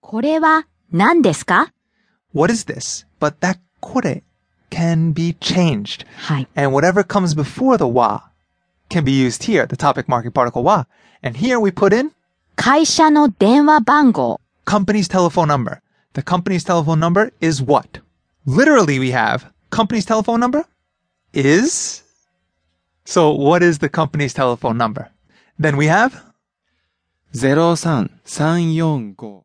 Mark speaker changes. Speaker 1: これは何ですか
Speaker 2: What is this? But that kore can be changed.
Speaker 1: はい。
Speaker 2: And whatever comes before the wa can be used here, the topic marking particle wa. And here we put in
Speaker 1: 会社の電話番号。
Speaker 2: company's telephone number. The company's telephone number is what? Literally, we have company's telephone number is. So, what is the company's telephone number? Then we have
Speaker 3: 033445